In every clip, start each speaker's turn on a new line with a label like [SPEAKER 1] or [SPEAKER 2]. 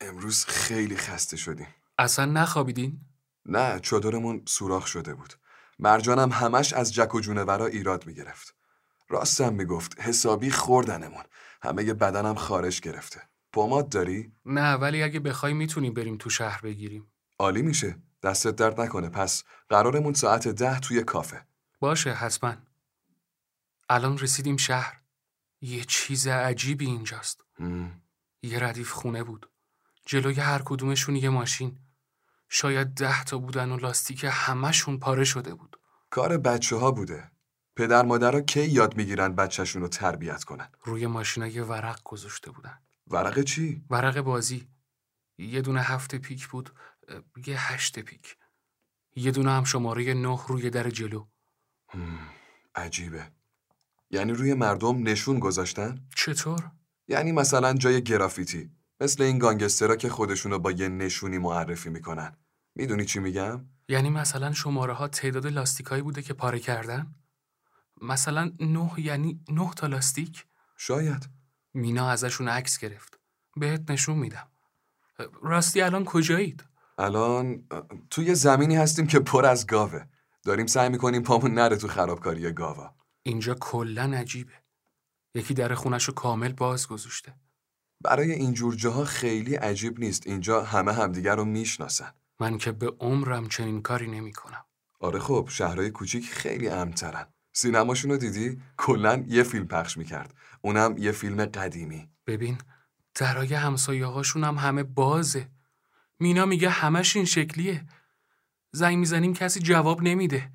[SPEAKER 1] امروز خیلی خسته شدیم
[SPEAKER 2] اصلا نخوابیدین؟
[SPEAKER 1] نه چادرمون سوراخ شده بود مرجانم همش از جک و جونورا ایراد میگرفت راستم میگفت حسابی خوردنمون همه ی بدنم خارش گرفته پماد داری
[SPEAKER 2] نه ولی اگه بخوای میتونیم بریم تو شهر بگیریم
[SPEAKER 1] عالی میشه دستت درد نکنه پس قرارمون ساعت ده توی کافه
[SPEAKER 2] باشه حتما الان رسیدیم شهر یه چیز عجیبی اینجاست
[SPEAKER 1] مم.
[SPEAKER 2] یه ردیف خونه بود جلوی هر کدومشون یه ماشین شاید ده تا بودن و لاستیک همهشون پاره شده بود
[SPEAKER 1] کار بچه ها بوده پدر مادرها کی یاد میگیرن بچهشون رو تربیت کنن
[SPEAKER 2] روی ماشینا یه ورق گذاشته بودن
[SPEAKER 1] ورق چی
[SPEAKER 2] ورق بازی یه دونه هفت پیک بود اه، یه هشت پیک یه دونه هم شماره نه روی در جلو
[SPEAKER 1] عجیبه یعنی روی مردم نشون گذاشتن
[SPEAKER 2] چطور؟
[SPEAKER 1] یعنی مثلا جای گرافیتی مثل این گانگسترا که خودشونو با یه نشونی معرفی میکنن میدونی چی میگم
[SPEAKER 2] یعنی مثلا شماره ها تعداد لاستیکایی بوده که پاره کردن؟ مثلا نه یعنی نه تا لاستیک؟
[SPEAKER 1] شاید
[SPEAKER 2] مینا ازشون عکس گرفت بهت نشون میدم اه، راستی الان کجایید؟
[SPEAKER 1] الان اه، توی زمینی هستیم که پر از گاوه داریم سعی میکنیم پامون نره تو خرابکاری گاوا
[SPEAKER 2] اینجا کلا عجیبه یکی در خونش رو کامل باز گذاشته
[SPEAKER 1] برای اینجور جاها خیلی عجیب نیست اینجا همه همدیگر رو میشناسن
[SPEAKER 2] من که به عمرم چنین کاری نمیکنم
[SPEAKER 1] آره خب شهرهای کوچیک خیلی امترن سینماشون رو دیدی کلا یه فیلم پخش میکرد اونم یه فیلم قدیمی
[SPEAKER 2] ببین درای همسایه هاشون هم همه بازه مینا میگه همش این شکلیه زنگ میزنیم کسی جواب نمیده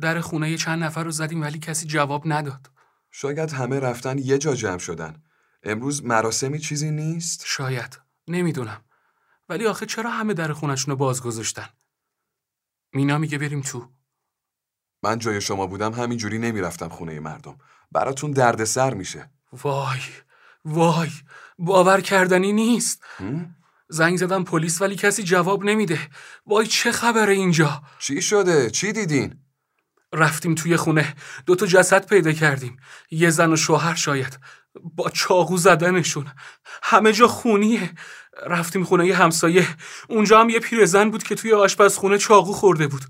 [SPEAKER 2] در خونه یه چند نفر رو زدیم ولی کسی جواب نداد
[SPEAKER 1] شاید همه رفتن یه جا جمع شدن امروز مراسمی چیزی نیست
[SPEAKER 2] شاید نمیدونم ولی آخه چرا همه در خونشون رو باز گذاشتن مینا میگه بریم تو
[SPEAKER 1] من جای شما بودم همینجوری نمیرفتم خونه مردم براتون دردسر میشه
[SPEAKER 2] وای وای باور کردنی نیست
[SPEAKER 1] هم؟
[SPEAKER 2] زنگ زدم پلیس ولی کسی جواب نمیده وای چه خبره اینجا
[SPEAKER 1] چی شده چی دیدین
[SPEAKER 2] رفتیم توی خونه دو تا جسد پیدا کردیم یه زن و شوهر شاید با چاقو زدنشون همه جا خونیه رفتیم خونه یه همسایه اونجا هم یه پیرزن بود که توی آشپزخونه چاقو خورده بود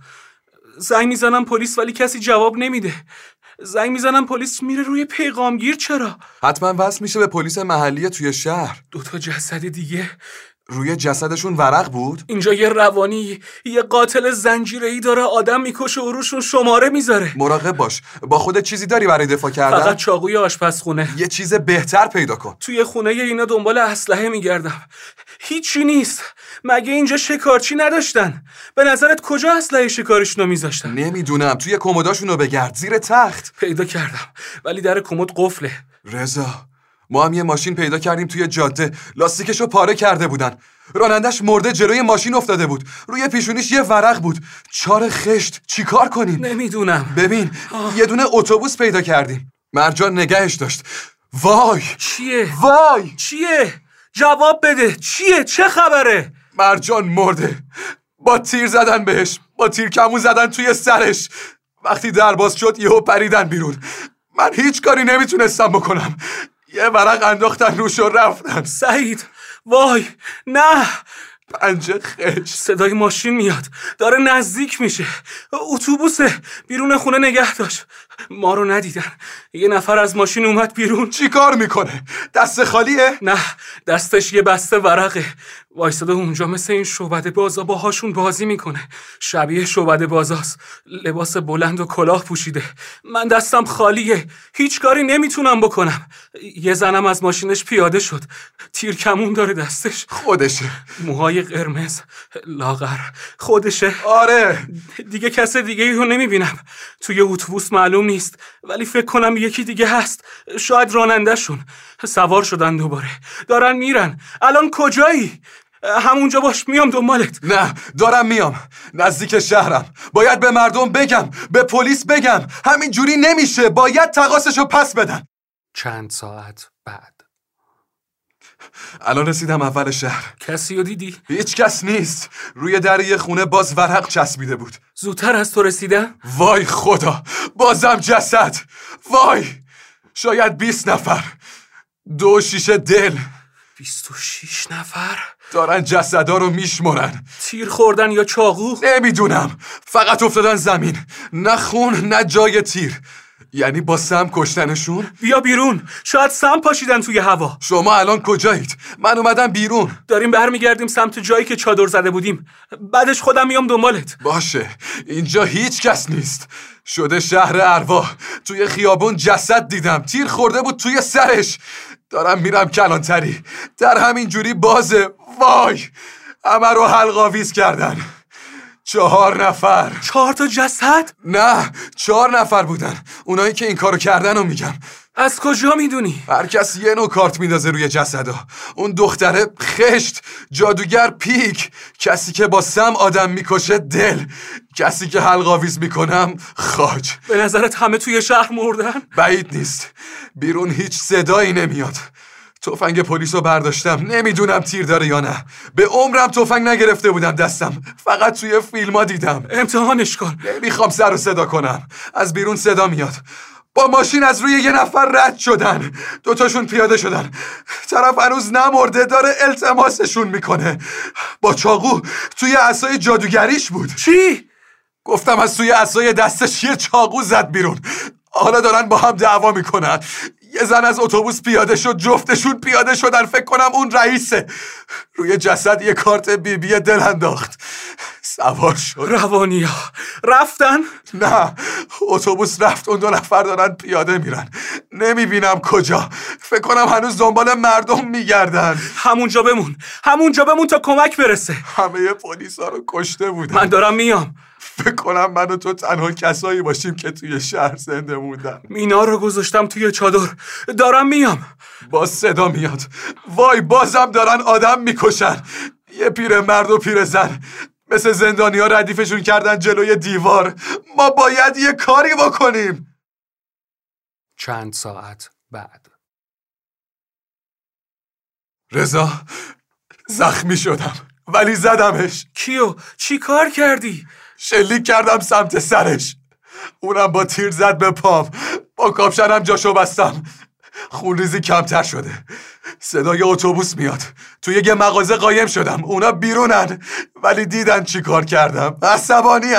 [SPEAKER 2] زنگ میزنم پلیس ولی کسی جواب نمیده زنگ میزنم پلیس میره روی پیغامگیر چرا
[SPEAKER 1] حتما وصل میشه به پلیس محلی توی شهر
[SPEAKER 2] دو تا جسد دیگه
[SPEAKER 1] روی جسدشون ورق بود
[SPEAKER 2] اینجا یه روانی یه قاتل زنجیره‌ای داره آدم میکشه و روشون شماره میذاره
[SPEAKER 1] مراقب باش با خودت چیزی داری برای دفاع کردن
[SPEAKER 2] فقط چاقوی آشپزخونه
[SPEAKER 1] یه چیز بهتر پیدا کن
[SPEAKER 2] توی خونه اینا دنبال اسلحه میگردم هیچی نیست مگه اینجا شکارچی نداشتن به نظرت کجا اسلحه شکارشون رو میذاشتن
[SPEAKER 1] نمیدونم توی کمداشون رو بگرد زیر تخت
[SPEAKER 2] پیدا کردم ولی در کمد قفله
[SPEAKER 1] رضا ما هم یه ماشین پیدا کردیم توی جاده لاستیکش رو پاره کرده بودن رانندش مرده جلوی ماشین افتاده بود روی پیشونیش یه ورق بود چار خشت چیکار کنیم
[SPEAKER 2] نمیدونم
[SPEAKER 1] ببین یه دونه اتوبوس پیدا کردیم مرجان نگهش داشت وای
[SPEAKER 2] چیه
[SPEAKER 1] وای
[SPEAKER 2] چیه جواب بده چیه چه خبره
[SPEAKER 1] مرجان مرده با تیر زدن بهش با تیر کمون زدن توی سرش وقتی در باز شد یهو پریدن بیرون من هیچ کاری نمیتونستم بکنم یه ورق انداختن روش و رفتن
[SPEAKER 2] سعید وای نه
[SPEAKER 1] پنجه خش
[SPEAKER 2] صدای ماشین میاد داره نزدیک میشه اتوبوسه بیرون خونه نگه داشت ما رو ندیدن یه نفر از ماشین اومد بیرون
[SPEAKER 1] چی کار میکنه؟ دست خالیه؟
[SPEAKER 2] نه دستش یه بسته ورقه وایستاده اونجا مثل این شعبده بازا باهاشون بازی میکنه شبیه شعبده بازاست لباس بلند و کلاه پوشیده من دستم خالیه هیچ کاری نمیتونم بکنم یه زنم از ماشینش پیاده شد تیر کمون داره دستش
[SPEAKER 1] خودشه
[SPEAKER 2] موهای قرمز لاغر خودشه
[SPEAKER 1] آره
[SPEAKER 2] دیگه کس دیگه ای رو نمیبینم توی اتوبوس معلوم نیست ولی فکر کنم یکی دیگه هست شاید رانندهشون سوار شدن دوباره دارن میرن الان کجایی همونجا باش میام دنبالت
[SPEAKER 1] نه دارم میام نزدیک شهرم باید به مردم بگم به پلیس بگم همینجوری نمیشه باید تقاسشو پس بدن
[SPEAKER 2] چند ساعت بعد
[SPEAKER 1] الان رسیدم اول شهر
[SPEAKER 2] کسی رو دیدی
[SPEAKER 1] هیچ کس نیست روی در یه خونه باز ورق چسبیده بود
[SPEAKER 2] زودتر از تو رسیدم
[SPEAKER 1] وای خدا بازم جسد وای شاید 20 نفر دو شیشه دل
[SPEAKER 2] بیست و شیش نفر
[SPEAKER 1] دارن جسدا رو میشمرن
[SPEAKER 2] تیر خوردن یا چاقو
[SPEAKER 1] نمیدونم فقط افتادن زمین نه خون نه جای تیر یعنی با سم کشتنشون
[SPEAKER 2] بیا بیرون شاید سم پاشیدن توی هوا
[SPEAKER 1] شما الان کجایید من اومدم بیرون
[SPEAKER 2] داریم برمیگردیم سمت جایی که چادر زده بودیم بعدش خودم میام دنبالت
[SPEAKER 1] باشه اینجا هیچ کس نیست شده شهر ارواح توی خیابون جسد دیدم تیر خورده بود توی سرش دارم میرم کلانتری در همین جوری بازه وای همه رو حلقاویز کردن چهار نفر
[SPEAKER 2] چهار تا جسد
[SPEAKER 1] نه چهار نفر بودن اونایی که این کارو کردن رو میگم
[SPEAKER 2] از کجا میدونی
[SPEAKER 1] هر کس یه نوع کارت میندازه روی جسدا اون دختره خشت جادوگر پیک کسی که با سم آدم میکشه دل کسی که حلقاویز میکنم خاج
[SPEAKER 2] به نظرت همه توی شهر مردن
[SPEAKER 1] بعید نیست بیرون هیچ صدایی نمیاد تفنگ پلیس رو برداشتم نمیدونم تیر داره یا نه به عمرم تفنگ نگرفته بودم دستم فقط توی فیلما دیدم
[SPEAKER 2] امتحانش کن
[SPEAKER 1] نمیخوام سر رو صدا کنم از بیرون صدا میاد با ماشین از روی یه نفر رد شدن دوتاشون پیاده شدن طرف هنوز نمرده داره التماسشون میکنه با چاقو توی اسای جادوگریش بود
[SPEAKER 2] چی
[SPEAKER 1] گفتم از توی اسای دستش یه چاقو زد بیرون حالا دارن با هم دعوا میکنن یه زن از اتوبوس پیاده شد جفتشون پیاده شدن فکر کنم اون رئیسه روی جسد یه کارت بیبی دل انداخت سوار شد
[SPEAKER 2] روانیا رفتن
[SPEAKER 1] نه اتوبوس رفت اون دو نفر دارن پیاده میرن نمیبینم کجا فکر کنم هنوز دنبال مردم میگردن
[SPEAKER 2] همونجا بمون همونجا بمون تا کمک برسه
[SPEAKER 1] همه پلیسا رو کشته بودن
[SPEAKER 2] من دارم میام
[SPEAKER 1] فکر کنم من و تو تنها کسایی باشیم که توی شهر زنده موندن
[SPEAKER 2] مینا رو گذاشتم توی چادر دارم میام
[SPEAKER 1] باز صدا میاد وای بازم دارن آدم میکشن یه پیر مرد و پیر زن مثل زندانی ها ردیفشون کردن جلوی دیوار ما باید یه کاری بکنیم
[SPEAKER 2] چند ساعت بعد
[SPEAKER 1] رضا زخمی شدم ولی زدمش
[SPEAKER 2] کیو چی کار کردی
[SPEAKER 1] شلیک کردم سمت سرش اونم با تیر زد به پام با کاپشنم جاشو بستم خونریزی کمتر شده صدای اتوبوس میاد توی یه مغازه قایم شدم اونا بیرونن ولی دیدن چی کار کردم عصبانی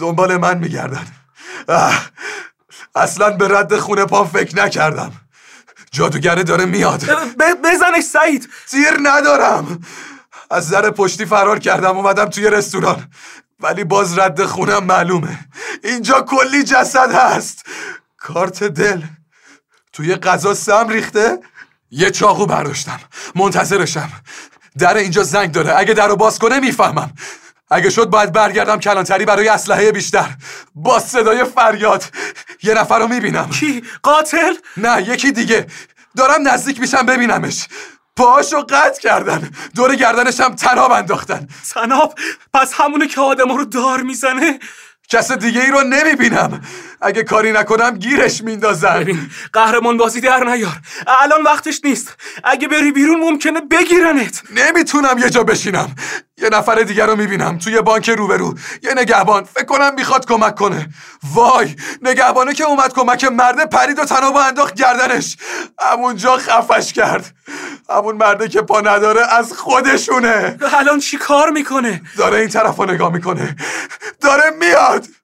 [SPEAKER 1] دنبال من میگردن اه، اصلا به رد خونه پام فکر نکردم جادوگره داره میاد
[SPEAKER 2] ب- بزنش سعید
[SPEAKER 1] تیر ندارم از در پشتی فرار کردم اومدم توی رستوران ولی باز رد خونم معلومه اینجا کلی جسد هست کارت دل توی غذا سم ریخته یه چاقو برداشتم منتظرشم در اینجا زنگ داره اگه در رو باز کنه میفهمم اگه شد باید برگردم کلانتری برای اسلحه بیشتر با صدای فریاد یه نفر رو میبینم
[SPEAKER 2] کی قاتل
[SPEAKER 1] نه یکی دیگه دارم نزدیک میشم ببینمش پاهاشو قطع کردن دور گردنش هم تناب انداختن
[SPEAKER 2] سناب پس همونه که آدما رو دار میزنه
[SPEAKER 1] کس دیگه ای رو نمیبینم اگه کاری نکنم گیرش میندازن
[SPEAKER 2] ببین قهرمان بازی در نیار الان وقتش نیست اگه بری بیرون ممکنه بگیرنت
[SPEAKER 1] نمیتونم یه جا بشینم یه نفر دیگر رو میبینم توی بانک روبرو یه نگهبان فکر کنم میخواد کمک کنه وای نگهبانه که اومد کمک مرده پرید و تناب و انداخت گردنش همونجا خفش کرد همون مرده که پا نداره از خودشونه
[SPEAKER 2] الان چی کار میکنه
[SPEAKER 1] داره این طرف رو نگاه میکنه داره میاد